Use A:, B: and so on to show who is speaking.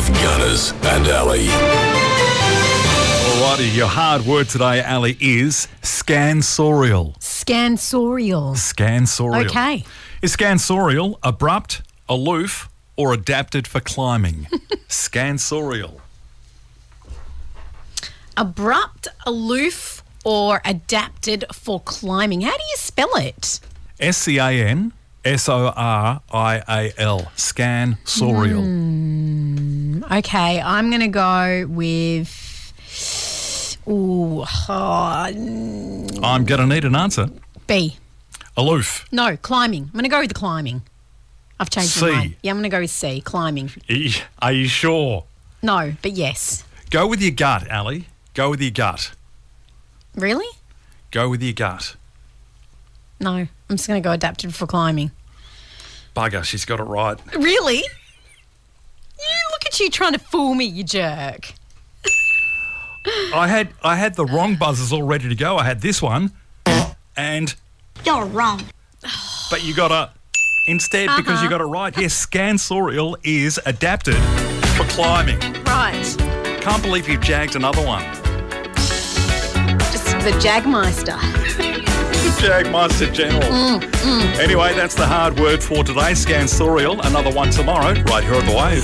A: Maz and Ali.
B: Alrighty, your hard word today, Ali, is scansorial.
C: Scansorial.
B: Scansorial.
C: Okay.
B: Is scansorial abrupt, aloof, or adapted for climbing? scansorial.
C: Abrupt, aloof, or adapted for climbing. How do you spell it?
B: S C A N S O R I A L. Scansorial.
C: Okay, I'm going to go with. Ooh, oh,
B: I'm going to need an answer.
C: B.
B: Aloof.
C: No, climbing. I'm going to go with the climbing. I've changed
B: C.
C: my mind. Yeah, I'm going to go with C, climbing.
B: E- Are you sure?
C: No, but yes.
B: Go with your gut, Ali. Go with your gut.
C: Really?
B: Go with your gut.
C: No, I'm just going to go adapted for climbing.
B: Bugger, she's got it right.
C: Really? You look at you trying to fool me, you jerk.
B: I had I had the wrong buzzers all ready to go. I had this one, and
D: You're wrong.
B: but you got a instead because you got it right. Yes, scansorial is adapted for climbing.
C: Right.
B: Can't believe you jagged another one.
C: Just the Jagmeister.
B: Jagmeister General. Anyway, that's the hard word for today. Scansorial. Another one tomorrow, right here on the wave.